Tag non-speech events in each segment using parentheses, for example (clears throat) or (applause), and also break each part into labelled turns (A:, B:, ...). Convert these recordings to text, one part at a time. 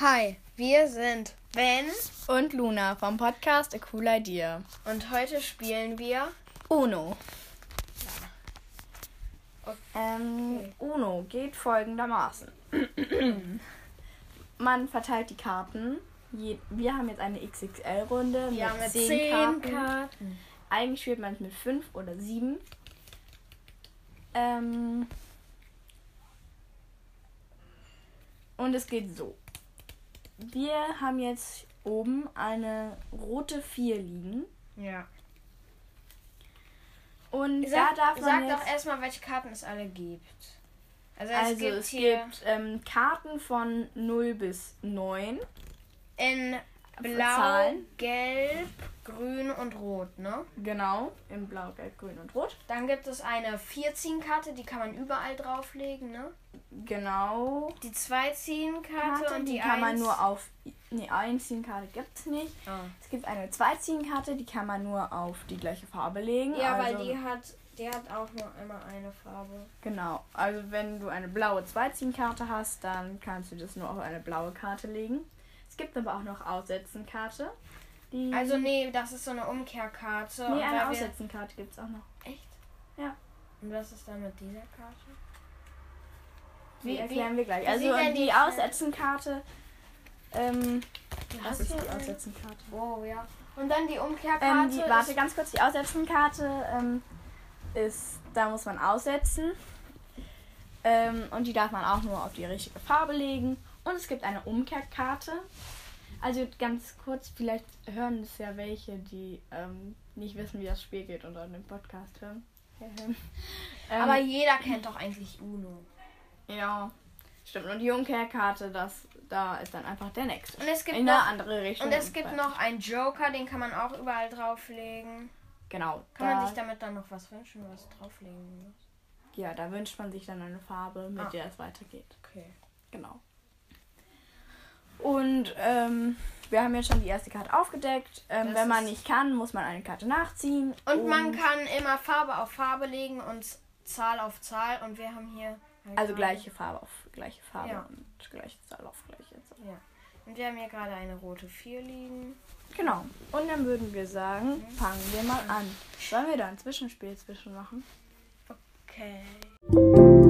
A: Hi, wir sind Ben
B: und Luna vom Podcast A Cool Idea.
A: und heute spielen wir.
B: Uno.
A: Okay.
B: Ähm, Uno geht folgendermaßen. (clears throat) Man verteilt die Karten. Je, wir haben jetzt eine XXL-Runde mit,
A: Wir haben
B: zehn, Karten. Eigentlich spielt man es mit fünf oder sieben. Ähm, und es geht so. Wir haben jetzt oben eine rote 4 liegen.
A: Ja.
B: Und
A: Sag,
B: da darf man
A: sag
B: jetzt,
A: doch erstmal, welche Karten es alle gibt. Also, es
B: also
A: gibt
B: es
A: hier
B: gibt ähm, Karten von 0 bis 9.
A: in blau,
B: Zahlen.
A: gelb, grün und rot, ne?
B: Genau, in blau, gelb, grün und rot.
A: Dann gibt es eine 14-Karte, die kann man überall drauflegen, ne?
B: Genau.
A: Die 2-Ziehen-Karte
B: Karte,
A: und die,
B: die kann man
A: 1.
B: nur auf ne, Einziehenkarte gibt es nicht.
A: Ah.
B: Es gibt eine Zweiziehenkarte, die kann man nur auf die gleiche Farbe legen.
A: Ja,
B: also,
A: weil die hat, die hat auch nur einmal eine Farbe.
B: Genau. Also wenn du eine blaue Zweiziehenkarte hast, dann kannst du das nur auf eine blaue Karte legen. Es gibt aber auch noch Aussetzenkarte. Die
A: Also nee, das ist so eine Umkehrkarte.
B: Mhm. nee, eine
A: weil wir-
B: Aussetzenkarte gibt es auch noch.
A: Echt?
B: Ja.
A: Und was ist dann mit dieser Karte?
B: Die
A: Wie-
B: erklären
A: wie-
B: wir gleich.
A: wie
B: Also
A: sieht denn
B: und die
A: die-
B: Aussetzenkarte. Ähm,
A: Du
B: was
A: hast
B: ist
A: hier
B: die
A: eine?
B: Aussetzenkarte?
A: äh, Wow, ja. Und dann die Umkehrkarte.
B: Ähm, die, warte, ganz kurz, die Aussetzenkarte ähm, ist, da muss man aussetzen. Ähm, und die darf man auch nur auf die richtige Farbe legen. Und es gibt eine Umkehrkarte. Also ganz kurz, vielleicht hören es ja welche, die ähm, nicht wissen, wie das Spiel geht und dann den Podcast hören. (laughs) ähm,
A: Aber jeder kennt doch eigentlich Uno.
B: ja, stimmt. Und die Umkehrkarte, das, da ist dann einfach der nächste.
A: Und es gibt
B: in eine
A: noch-
B: andere Richtung.
A: Und es gibt
B: bei-
A: noch einen Joker, den kann man auch überall drauflegen.
B: Genau.
A: Kann man
B: da-
A: sich damit dann noch was wünschen, was drauflegen muss?
B: Ja, da wünscht man sich dann eine Farbe, mit
A: Ah.
B: der es weitergeht.
A: Okay.
B: Genau. Und ähm, wir haben jetzt schon die erste Karte aufgedeckt. Ähm,
A: Das
B: wenn man
A: ist-
B: nicht kann, muss man eine Karte nachziehen.
A: Und, man kann immer Farbe auf Farbe legen und Zahl auf Zahl. Und wir haben hier. eine Karte.
B: Also gleiche Farbe auf gleiche Farbe
A: Ja.
B: und gleiche Zahl auf gleiche Zahl.
A: Ja. Und wir haben hier gerade eine rote 4 liegen.
B: Genau. Und dann würden wir sagen,
A: Mhm.
B: fangen wir mal an. Sollen wir da ein Zwischenspiel zwischen machen?
A: Okay.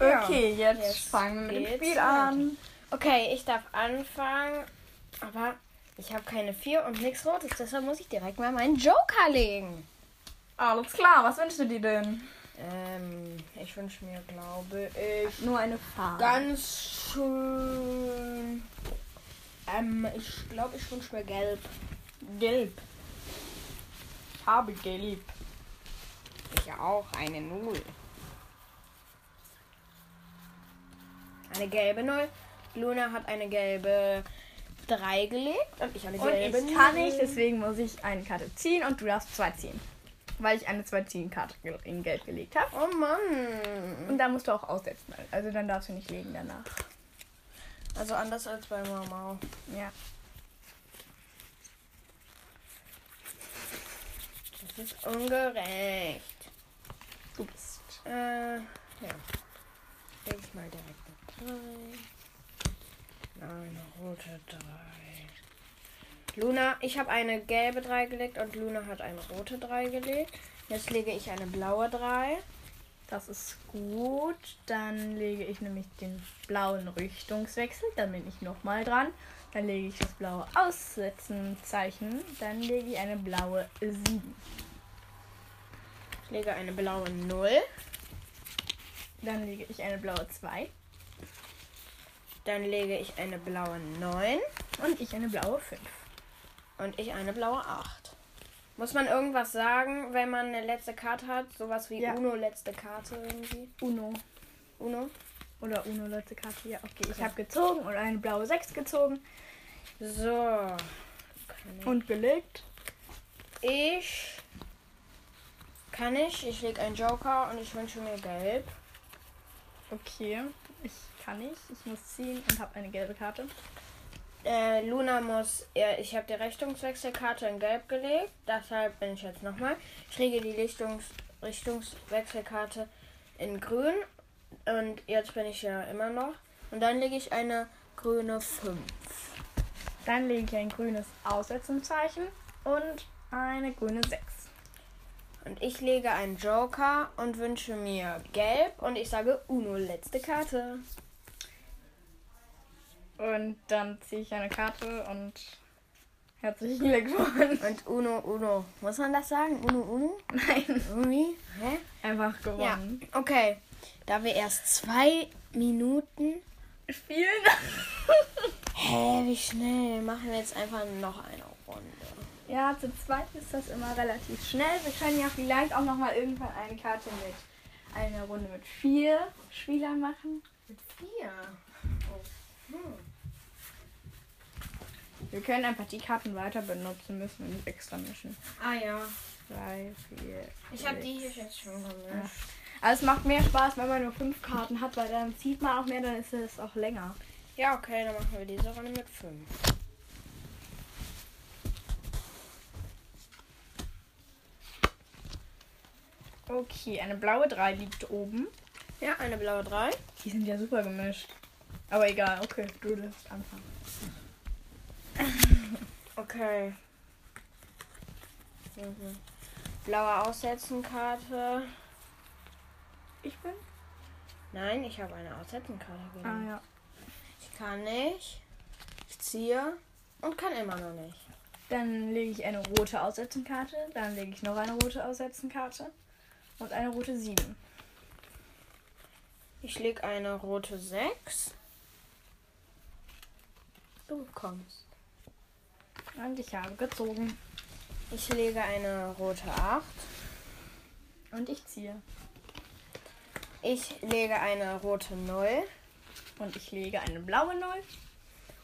A: Ja.
B: Okay, jetzt,
A: Jetzt
B: fangen wir mit dem
A: geht's
B: Spiel an.
A: Okay, ich darf anfangen, aber ich habe keine 4 und nichts Rotes, deshalb muss ich direkt mal meinen Joker legen.
B: Alles klar, was wünschst du dir denn?
A: Ähm, ich wünsche mir, glaube ich,
B: Nur eine Farbe.
A: ganz schön. Ähm, ich glaube, ich wünsche mir gelb.
B: gelb. Farbe gelb.
A: Ich auch, eine Null. Eine gelbe Null. Luna hat eine gelbe 3 gelegt und ich eine
B: Und
A: gelbe
B: ich kann
A: Null.
B: nicht, deswegen muss ich eine Karte ziehen und du darfst zwei ziehen. Weil ich eine zwei ziehen Karte ge- in Gelb gelegt habe.
A: Oh Mann.
B: Und da musst du auch aussetzen. Also dann darfst du nicht legen danach.
A: Also anders als bei Mama.
B: Ja.
A: Das ist ungerecht.
B: Du bist.
A: Äh, ja. Leg ich mal direkt eine 3. Eine rote 3. Luna, ich habe eine gelbe 3 gelegt und Luna hat eine rote 3 gelegt. Jetzt lege ich eine blaue 3.
B: Das ist gut. Dann lege ich nämlich den blauen Richtungswechsel. Dann bin ich nochmal dran. Dann lege ich das blaue Aussetzenzeichen. Dann lege ich eine blaue 7.
A: Ich lege eine blaue 0.
B: Dann lege ich eine blaue 2.
A: Dann lege ich eine blaue 9
B: Und ich eine blaue 5.
A: und ich eine blaue 8. Muss man irgendwas sagen, wenn man eine letzte Karte hat? Sowas wie
B: Ja.
A: Uno letzte Karte irgendwie?
B: Uno.
A: Uno?
B: Oder Uno letzte Karte. Ja, okay. Ich habe gezogen und eine blaue 6 gezogen
A: So.
B: und gelegt.
A: Ich kann ich. Ich lege einen Joker und ich wünsche mir gelb.
B: Okay, ich kann nicht. Ich muss ziehen und habe eine gelbe Karte.
A: Äh, Luna muss. Ja, ich habe die Richtungswechselkarte in gelb gelegt. Deshalb bin ich jetzt nochmal. Ich lege die Richtungs Richtungswechselkarte in grün Und jetzt bin ich ja immer noch. Und dann lege ich eine grüne 5.
B: Dann lege ich ein grünes Aussetzungszeichen und eine grüne 6.
A: Und ich lege einen Joker und wünsche mir gelb. Und ich sage Uno, letzte Karte.
B: Und dann ziehe ich eine Karte und herzlichen Glückwunsch. (laughs)
A: Und Uno, Uno. Muss man das sagen? Uno, Uno?
B: Nein.
A: Irgendwie? Hä?
B: Einfach gewonnen.
A: Ja, okay. Da wir erst zwei Minuten.
B: Spielen?
A: Hä, wie schnell? Machen wir jetzt einfach noch eine Runde.
B: Ja, zu zweit ist das immer relativ schnell. Wir können ja vielleicht auch nochmal irgendwann eine Karte mit eine Runde mit vier Spielern machen.
A: Mit vier?
B: Wir können einfach die Karten weiter benutzen, müssen wir nicht extra mischen.
A: Ah ja.
B: Drei, vier.
A: Ich habe die
B: sechs.
A: hier jetzt schon gemischt.
B: Aber es macht mehr Spaß, wenn man nur fünf Karten hat, weil dann zieht man auch mehr, dann ist es auch länger.
A: Ja, okay, dann machen wir diese Runde mit 5.
B: Okay, eine blaue 3 liegt oben.
A: Ja, eine blaue 3.
B: Die sind ja super gemischt. Aber egal, okay, du darfst anfangen.
A: Okay. Mhm. Blaue Aussetzenkarte.
B: Ich bin?
A: Nein, ich habe eine Aussetzenkarte
B: Ah
A: genommen.
B: ja.
A: Ich kann nicht. Ich ziehe und kann immer noch nicht.
B: Dann lege ich eine rote Aussetzenkarte, dann lege ich noch eine rote Aussetzenkarte und eine rote 7.
A: Ich lege eine rote 6. Du kommst.
B: Und ich habe gezogen.
A: Ich lege eine rote 8.
B: Und ich ziehe.
A: Ich lege eine rote 0.
B: Und ich lege eine blaue 0.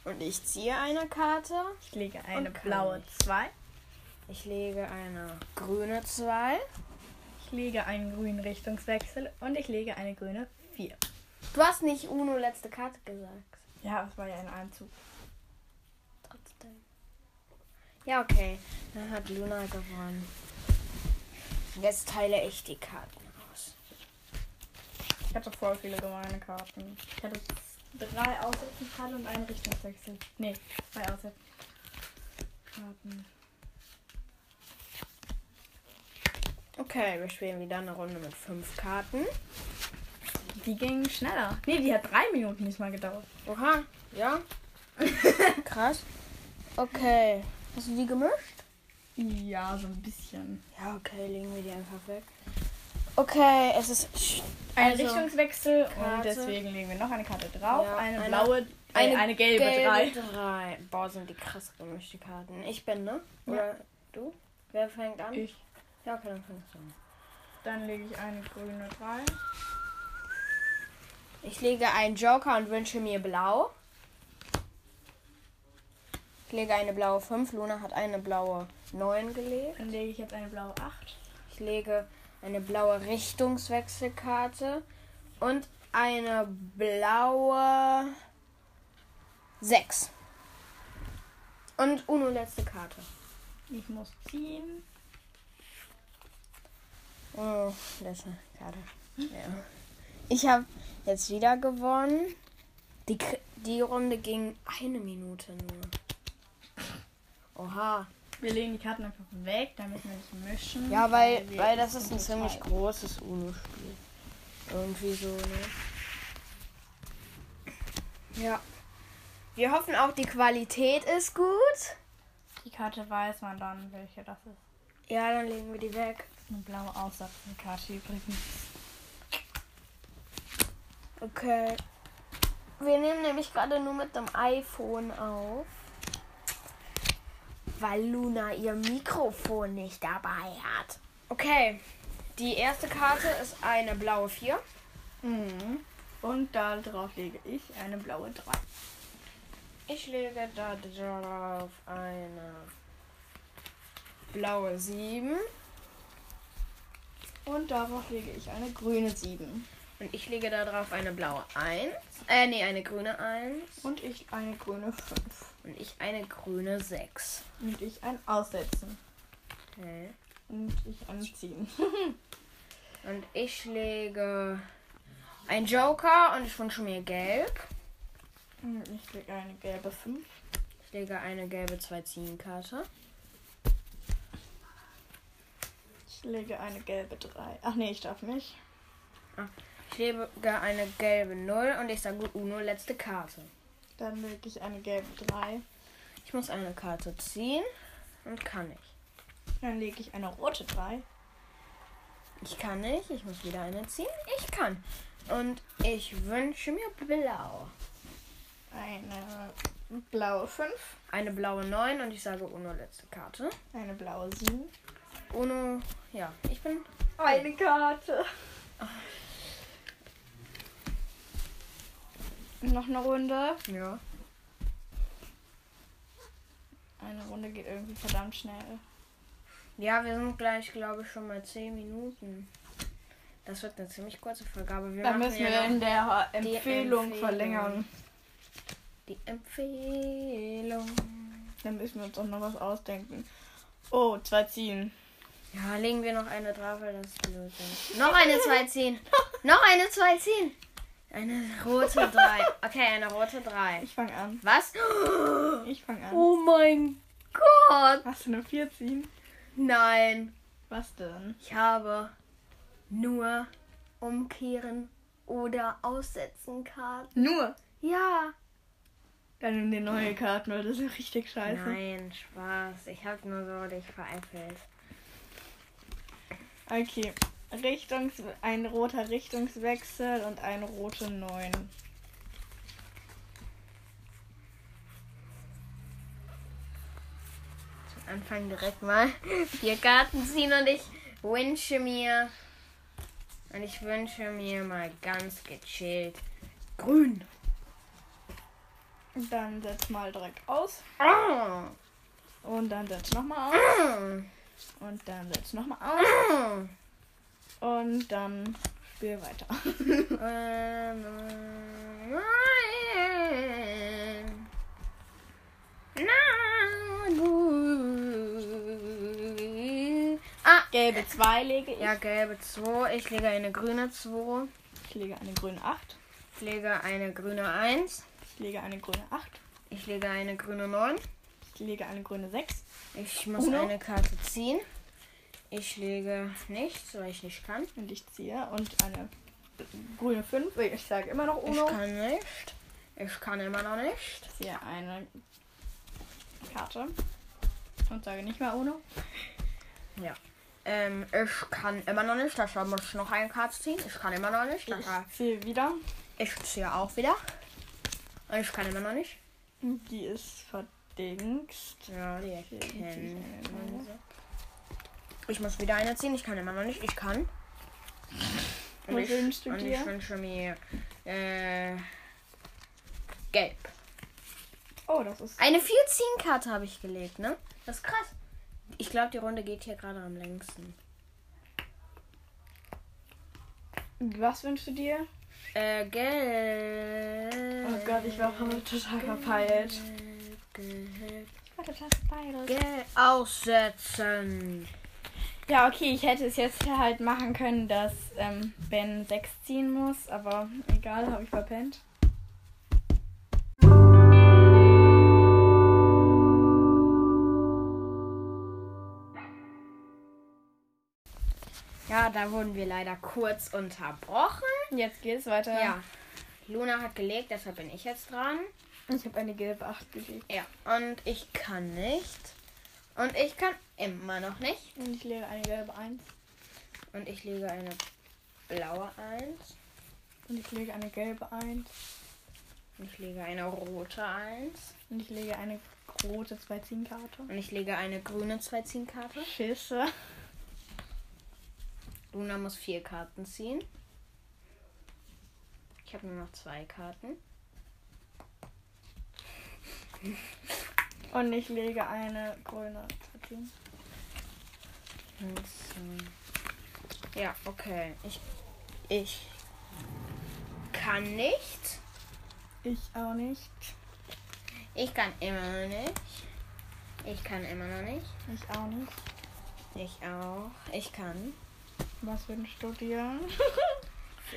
A: Und ich ziehe eine Karte.
B: Ich lege eine
A: Und kann
B: blaue 2.
A: Ich lege eine grüne 2.
B: Ich lege einen grünen Richtungswechsel und ich lege eine grüne 4.
A: Du hast nicht Uno letzte Karte gesagt.
B: Ja, das war ja ein Einzug.
A: Trotzdem. Ja, okay. Dann hat Luna gewonnen. Jetzt teile ich die Karten aus.
B: Ich hatte voll viele gemeine Karten. Ich hatte drei Aussetzenkarten und einen Richtungswechsel. Nee, zwei Aussetzenkarten.
A: Okay, wir spielen wieder eine Runde mit fünf Karten.
B: Die gingen schneller. Nee, die hat drei Minuten nicht mal gedauert.
A: Oha, (laughs) ja. Krass. Okay. Hast du die gemischt?
B: Ja, so ein bisschen.
A: Ja, okay, legen wir die einfach weg. Okay, es ist
B: Ein
A: Also,
B: Richtungswechsel und
A: Karte.
B: deswegen legen wir noch eine Karte drauf.
A: Ja,
B: eine,
A: eine-
B: blaue, eine, eine gelbe, drei.
A: drei. Boah, sind die krass gemischte Karten. Ich bin, ne?
B: Ja.
A: Oder du? Wer fängt an?
B: Ich.
A: Ja, okay, dann fängst du an.
B: Dann lege ich eine grüne drei.
A: Ich lege einen Joker und wünsche mir blau. Ich lege eine blaue 5. Luna hat eine blaue 9 gelegt.
B: Dann lege ich jetzt eine blaue acht.
A: Ich lege eine blaue Richtungswechselkarte und eine blaue 6. Und Uno letzte Karte.
B: Ich muss ziehen.
A: Oh, letzte Karte. Ja. Ich habe jetzt wieder gewonnen. Die, K- die Runde ging eine Minute nur. Oha.
B: Wir legen die Karten einfach weg, da müssen wir nicht mischen.
A: Ja, weil,
B: wir
A: weil das ist ein
B: müssen
A: ziemlich
B: entscheiden.
A: großes UNO-Spiel. Irgendwie so, ne? Ja. Wir hoffen auch, die Qualität ist gut.
B: Die Karte weiß man dann, welche das ist.
A: Ja, dann legen wir die weg.
B: Eine blaue Aussatzenkarte übrigens.
A: Okay. Wir nehmen nämlich gerade nur mit dem iPhone auf. Weil Luna ihr Mikrofon nicht dabei hat. Okay. Die erste Karte ist eine blaue 4.
B: Mhm. Und da drauf lege ich eine blaue 3.
A: Ich lege da drauf eine blaue 7.
B: Und darauf lege ich eine grüne 7.
A: Und ich lege da drauf eine blaue 1. Äh, nee, eine grüne 1.
B: Und ich eine grüne 5.
A: Und ich eine grüne 6.
B: Und ich ein Aussetzen.
A: Okay.
B: Und ich ein Ziehen.
A: Und ich lege Ein Joker und ich wünsche mir gelb.
B: Hm, Ich lege eine gelbe 5.
A: Ich lege eine gelbe 2 ziehen Karte.
B: Ich lege eine gelbe 3. Ach nee, ich darf nicht.
A: Ich lege eine gelbe 0 und ich sage Uno, letzte Karte.
B: Dann lege ich eine gelbe 3.
A: Ich muss eine Karte ziehen und kann nicht.
B: Dann lege ich eine rote 3.
A: Ich kann nicht, ich muss wieder eine ziehen. Ich kann. Und ich wünsche mir blau.
B: Eine blaue 5.
A: Eine blaue 9 und ich sage Uno, letzte Karte.
B: Eine blaue 7.
A: Uno, ja, ich bin.
B: Eine Karte. Noch eine Runde.
A: Ja.
B: Eine Runde geht irgendwie verdammt schnell.
A: Ja, wir sind gleich, glaube ich, schon mal 10 Minuten. Das wird eine ziemlich kurze Folge, aber wir
B: Dann
A: machen
B: müssen wir
A: ja noch
B: in der Ho-
A: die
B: Empfehlung
A: Empfehlung.
B: verlängern.
A: die Empfehlung.
B: Dann müssen wir uns auch noch was ausdenken. Oh, zwei ziehen.
A: Ja, legen wir noch eine drauf, weil das blöd ist. Noch eine 2
B: (laughs)
A: ziehen. noch eine 2 ziehen. Eine rote 3. Okay, eine rote 3.
B: Ich fange an. (gasps)
A: Was? (laughs)
B: Ich fange an.
A: Oh mein Gott.
B: Hast du nur vier ziehen?
A: Nein.
B: Was denn?
A: Ich habe nur umkehren oder aussetzen Karten.
B: Nur.
A: Ja.
B: Dann nimm dir neue Karten, weil das ist richtig
A: Also.
B: scheiße.
A: Nein, Spaß. Ich habe nur so dich veräppelt.
B: Okay. Richtungs ein roter Richtungswechsel und eine rote 9.
A: Zum Anfang direkt mal (laughs) vier Karten ziehen und ich wünsche mir. Und ich wünsche mir mal ganz gechillt. Grün.
B: Dann setz mal direkt aus.
A: Oh. (clears throat)
B: Und dann setz nochmal aus.
A: Oh.
B: Und dann setz nochmal aus.
A: Oh.
B: Und dann spiel weiter.
A: (laughs) Ähm, nein. Na gut. Ah,
B: Gelbe 2 lege ich.
A: ja, gelbe 2. Ich lege eine grüne 2.
B: Ich lege eine grüne 8.
A: Ich lege eine grüne 1.
B: Ich lege eine grüne 8.
A: Ich lege eine grüne 9.
B: Ich lege eine grüne 6.
A: Ich muss
B: Uno.
A: eine Karte ziehen. Ich lege nichts, weil ich nicht kann.
B: Und ich ziehe. Und eine grüne 5. Ich sage immer noch
A: Ich
B: Uno.
A: kann nicht. Ich kann immer noch nicht.
B: Ich ziehe eine Karte. Und sage nicht mehr Uno.
A: Ja. Ähm, ich kann immer noch nicht. Deshalb muss ich noch eine Karte ziehen. Ich kann immer noch nicht. Deshalb
B: Ich ziehe wieder.
A: ich ziehe auch wieder. Und ich kann immer noch nicht.
B: Die ist verdingst.
A: Ja, die
B: ziehe
A: erkennen.
B: ich eine.
A: Ich muss wieder eine ziehen. Ich kann immer noch nicht. Ich kann.
B: Was wünschst du
A: und
B: dir?
A: ich wünsche mir äh, gelb.
B: Oh, das ist.
A: Eine 14-Karte habe ich gelegt, ne? Das ist krass. Ich glaube, die Runde geht hier gerade am längsten.
B: Was wünschst du dir?
A: Äh, gelb.
B: Oh Gott, ich war total
A: genau.
B: verpeilt.
A: Gelb.
B: Ich war total verpeilt.
A: Gelb. Aussetzen.
B: Ja, okay, ich hätte es jetzt halt machen können, dass ähm, Ben 6 ziehen muss, aber egal, habe ich verpennt.
A: Ja, da wurden wir leider kurz unterbrochen.
B: Jetzt geht's weiter.
A: Ja. Luna hat gelegt, deshalb bin ich jetzt dran.
B: Ich habe eine gelbe 8 gelegt.
A: Ja. Und ich kann nicht. Und ich kann immer noch nicht.
B: Und ich lege eine gelbe 1.
A: Und ich lege eine blaue 1.
B: Und ich lege eine gelbe 1.
A: Und ich lege eine rote 1.
B: Und ich lege eine rote 2 Ziehenkarte.
A: Und ich lege eine grüne 2 ziehen Karte.
B: Schisse.
A: Luna muss vier Karten ziehen. Ich habe nur noch zwei Karten.
B: Und ich lege eine grüne 2 Ziehen.
A: Und so. Ja, okay. Ich, ich kann nicht.
B: Ich auch nicht.
A: Ich kann immer noch nicht. Ich kann immer noch nicht.
B: Ich auch nicht.
A: Ich auch. Ich kann.
B: Was wünschst du dir?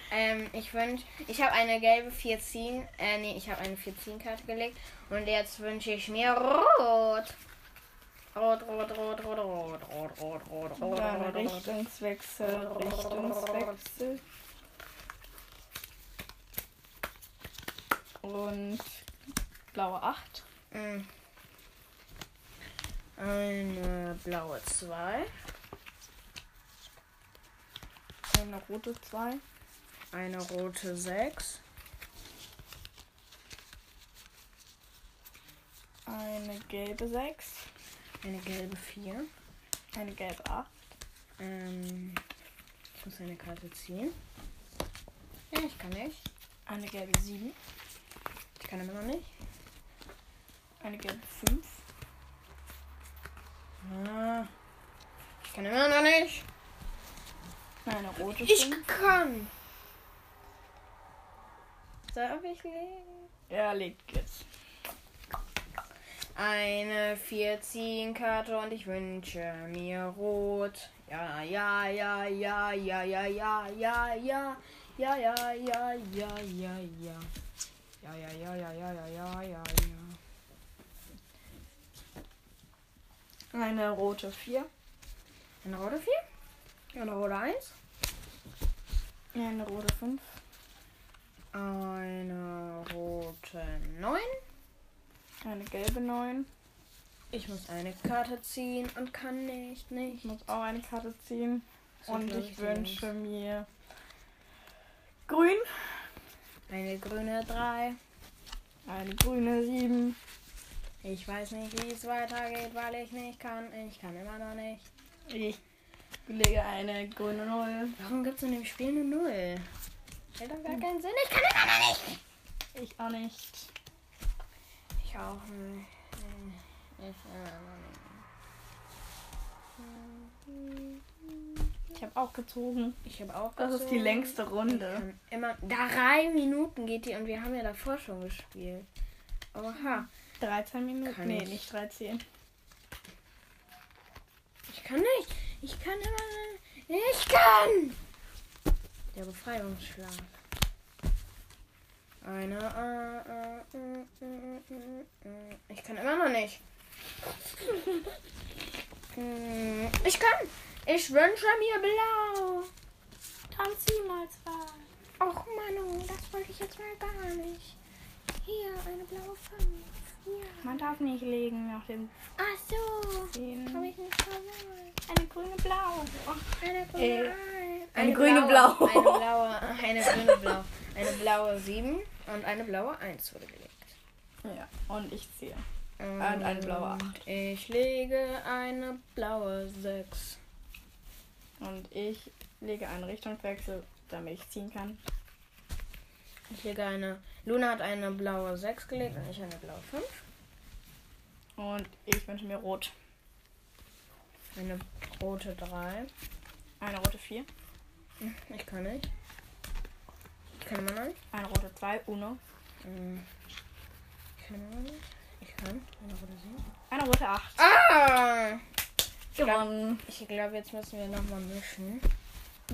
A: Ähm, ich wünsch, ich habe eine gelbe 14, äh, nee, ich habe eine 14-Karte gelegt und jetzt wünsche ich mir rot. Rot, rot, rot, rot, rot, rot, rot, rot, rot,
B: Dann
A: rot, rot, rot.
B: Richtungswechsel, Richtungswechsel. Und blaue 8.
A: Mm. Eine blaue 2,
B: Eine rote 2.
A: eine rote 6,
B: Eine gelbe 6.
A: eine gelbe 4.
B: Eine gelbe 8.
A: Ähm, ich muss eine Karte ziehen. Ja, ich kann nicht.
B: Eine gelbe 7.
A: Ich kann immer noch nicht.
B: Eine gelbe 5.
A: Ah, ich kann immer noch nicht.
B: Eine rote 5.
A: Ich kann. Darf ich legen?
B: Ja, legt jetzt.
A: Eine 14-Karte und ich wünsche mir rot. Ja, ja, ja, ja, ja, ja, ja, ja, ja, ja, ja, ja, ja, ja, ja. Ja, ja, ja, ja, ja, ja, ja, ja, ja.
B: Eine rote 4.
A: Eine rote 4, eine rote 1,
B: Eine rote 5.
A: eine rote 9.
B: Eine gelbe 9.
A: Ich muss eine Karte ziehen und kann nicht,
B: Ich
A: nicht.
B: muss auch eine Karte ziehen.
A: So,
B: Und
A: glaub
B: ich
A: die Jungs.
B: wünsche mir grün.
A: Eine grüne 3.
B: Eine grüne 7.
A: Ich weiß nicht, wie es weitergeht, weil ich nicht kann. Ich kann immer noch nicht.
B: Ich lege eine grüne 0.
A: Warum gibt es in dem Spiel eine Null? Hält doch gar keinen Sinn. Ich kann immer noch nicht.
B: Ich auch nicht.
A: Ich auch nicht. Ich immer noch nicht.
B: Ich habe auch gezogen. Also,
A: Ich habe auch
B: Das ist die
A: gezogen.
B: längste Runde.
A: Ähm, Immer drei Minuten geht die und wir haben ja davor schon gespielt. Oha,
B: 13 Minuten.
A: Kann
B: nee,
A: ich-
B: nicht 13.
A: ich kann nicht. Ich kann immer. Ich kann! Der Befreiungsschlag. Eine. äh, äh, äh, äh, äh, äh. Ich kann immer noch nicht. Hm, Ich kann. Ich wünsche mir blau.
B: Dann zieh mal zwei.
A: Och Manu, das wollte ich jetzt mal gar nicht. Hier, eine blaue Fang. Ja.
B: Man darf nicht legen nach dem
A: Ach so. Hab
B: 10.
A: ich nicht verloren.
B: Eine grüne Blau.
A: Eine grüne,
B: Äh,
A: Eins.
B: eine grüne Blau.
A: Eine blaue, eine grüne Blau. Eine blaue 7 und eine blaue 1 wurde gelegt.
B: Ja, und ich ziehe. Und eine blaue Acht.
A: Ich lege eine blaue 6.
B: Und ich lege einen Richtungswechsel, damit ich ziehen kann.
A: Ich lege eine. Luna hat eine blaue 6 gelegt und ich eine blaue 5.
B: Und ich wünsche mir rot.
A: Eine rote 3.
B: Eine rote 4.
A: Ich kann nicht. Ich kann immer noch nicht.
B: Eine rote 2. Uno.
A: Ähm, Ich kann immer noch nicht. Ich kann. Eine rote 7.
B: Eine rote 8.
A: Ah!
B: Gewonnen.
A: Ich glaube, jetzt müssen wir nochmal mischen.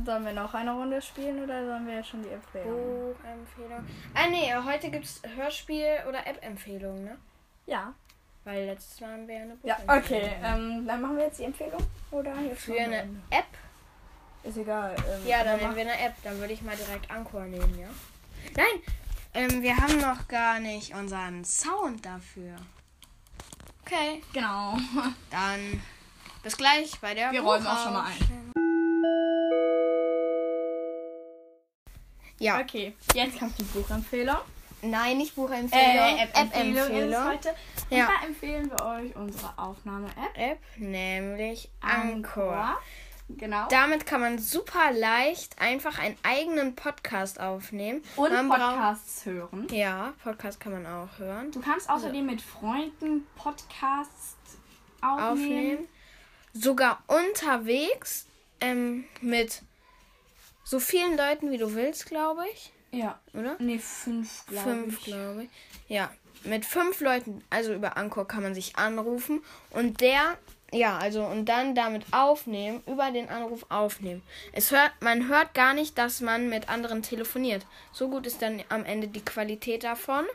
B: Sollen wir noch eine Runde spielen oder sollen wir jetzt schon die
A: Oh.
B: Empfehlung?
A: Buchempfehlung. Ah nee, heute gibt's Hörspiel oder App-Empfehlung, ne?
B: Ja.
A: Weil letztes Mal haben wir ja eine
B: Ja,
A: Buchempfehlung.
B: okay. Ähm, dann machen wir jetzt die Empfehlung oder jetzt
A: Für
B: machen wir
A: eine
B: eine?
A: App?
B: Ist egal. Ähm,
A: Ja, dann
B: aber
A: nehmen wir eine App. Dann würde ich mal direkt Anchor nehmen, ja? Nein! Ähm, wir haben noch gar nicht unseren Sound dafür. Okay,
B: mach- Genau.
A: dann bis gleich bei der
B: Wir räumen auch schon mal
A: ein. Ja,
B: (laughs) Okay. Jetzt kommt die Buchempfehlung.
A: nein, nicht Buchempfehlung,
B: Äh, App-Empfehlung ist halt es heute. Und
A: Ja.
B: da empfehlen wir euch unsere Aufnahme-App.
A: App, nämlich Anchor.
B: Genau.
A: Damit kann man super leicht einfach einen eigenen Podcast aufnehmen.
B: Und
A: man
B: Podcasts hören.
A: Braucht, ja, Podcast kann man auch hören.
B: Du kannst außerdem mit Freunden Podcasts aufnehmen.
A: Aufnehmen. Sogar unterwegs ähm, mit so vielen Leuten, wie du willst, glaube ich.
B: Ja.
A: Oder?
B: Nee, fünf, glaube
A: fünf,
B: ich.
A: glaube ich. Ja, mit fünf Leuten, also über Anchor kann man sich anrufen und der Ja, also und dann damit aufnehmen, über den Anruf aufnehmen. Es hört, man hört gar nicht, dass man mit anderen telefoniert. So gut ist dann am Ende die Qualität davon.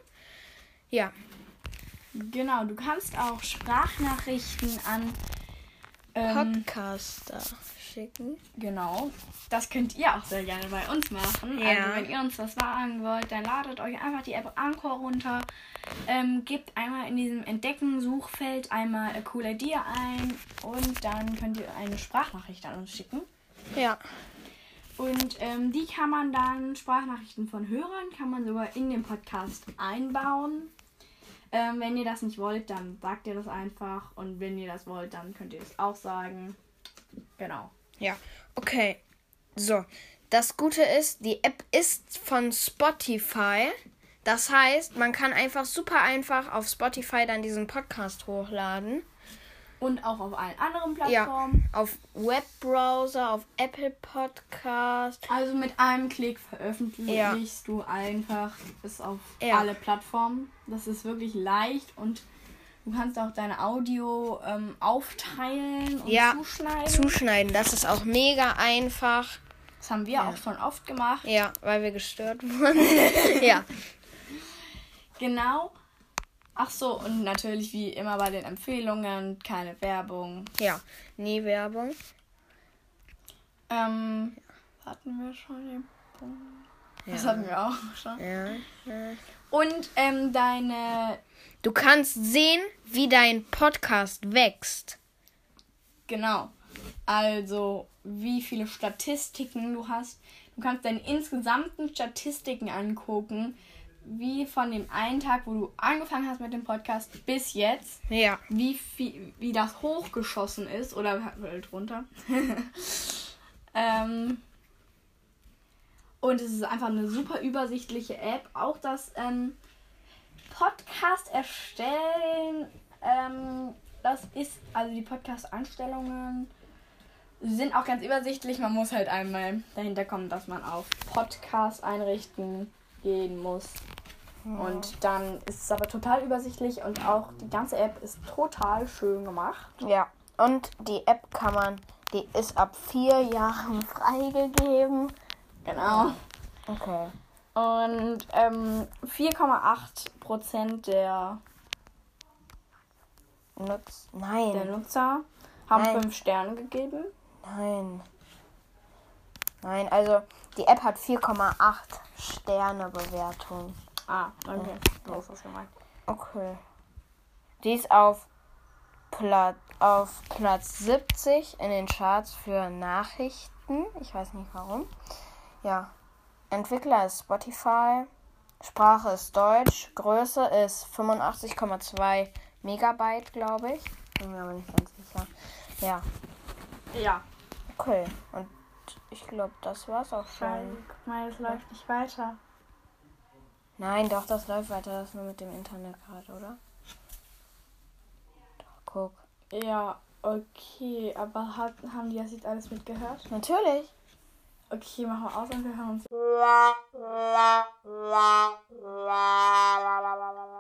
A: Ja,
B: Genau, du kannst auch Sprachnachrichten an. Ähm,
A: Podcaster schicken.
B: genau. Das könnt ihr auch sehr gerne bei uns machen.
A: Ja.
B: Also wenn ihr uns was sagen wollt, dann ladet euch einfach die App Anchor runter. Ähm, gebt einmal in diesem Entdecken-Suchfeld einmal a Cool Idea ein und dann könnt ihr eine Sprachnachricht an uns schicken.
A: Ja,
B: Und ähm, die kann man dann, Sprachnachrichten von Hörern, kann man sogar in den Podcast einbauen. Ähm, wenn ihr das nicht wollt, dann sagt ihr das einfach. Und wenn ihr das wollt, dann könnt ihr das auch sagen. Genau.
A: ja. Okay. So, das Gute ist, die App ist von Spotify. Das heißt, man kann einfach super einfach auf Spotify dann diesen Podcast hochladen.
B: Und auch auf allen anderen
A: Ja,
B: Plattformen.
A: auf Webbrowser, auf Apple Podcast.
B: Also mit einem Klick veröffentlichst du einfach es auf
A: Ja.
B: alle Plattformen. Das ist wirklich leicht und du kannst auch deine Audio ähm, aufteilen und
A: Ja.
B: zuschneiden.
A: Zuschneiden, das ist auch mega einfach.
B: das haben wir auch schon oft gemacht.
A: Ja, weil wir gestört (laughs) wurden. ja,
B: Genau. Ach so, und natürlich wie immer bei den Empfehlungen, keine Werbung.
A: ja. Nie Werbung.
B: Ähm, hatten wir schon den Punkt? Das hatten wir auch schon.
A: Ja.
B: Und ähm, deine,
A: Du kannst sehen, wie dein Podcast wächst.
B: genau, also wie viele Statistiken du hast. Du kannst deine insgesamten Statistiken angucken, wie von dem einen Tag, wo du angefangen hast mit dem Podcast bis jetzt.
A: Ja.
B: wie, viel, wie das hochgeschossen ist oder halt runter. (laughs) ähm, und es ist einfach eine super übersichtliche App. Auch das ähm, Podcast erstellen, ähm, das ist, also die Podcast-Einstellungen sind auch ganz übersichtlich. Man muss halt einmal dahinter kommen, dass man auf Podcast einrichten gehen muss. Und dann ist es aber total übersichtlich und auch die ganze App ist total schön gemacht.
A: Ja. Und die App kann man, die ist ab vier Jahren (laughs) freigegeben.
B: Genau.
A: Okay.
B: Und ähm, 4,8% der,
A: Nutz.
B: der
A: Nein.
B: Nutzer haben
A: Nein.
B: 5 Sterne gegeben.
A: Nein. Nein, also die App hat 4,8 Sterne Bewertung.
B: Ah, okay. So ist das gemeint.
A: Okay. Die ist auf Platz, auf Platz 70 in den Charts für Nachrichten. Ich weiß nicht warum. Ja. Entwickler ist Spotify. Sprache ist Deutsch. Größe ist 85,2 Megabyte, glaube ich. Bin mir aber nicht ganz sicher. Ja.
B: Ja,
A: Okay. Und ich glaube, das war's auch schon.
B: weil, guck mal, es läuft nicht weiter.
A: Nein, doch, das läuft weiter. Das ist nur mit dem Internet gerade, oder? Doch, guck.
B: Ja, okay, aber hat, haben die das jetzt alles mitgehört?
A: Natürlich.
B: Okay, machen wir aus und wir hören uns.
A: la la la la la la la la la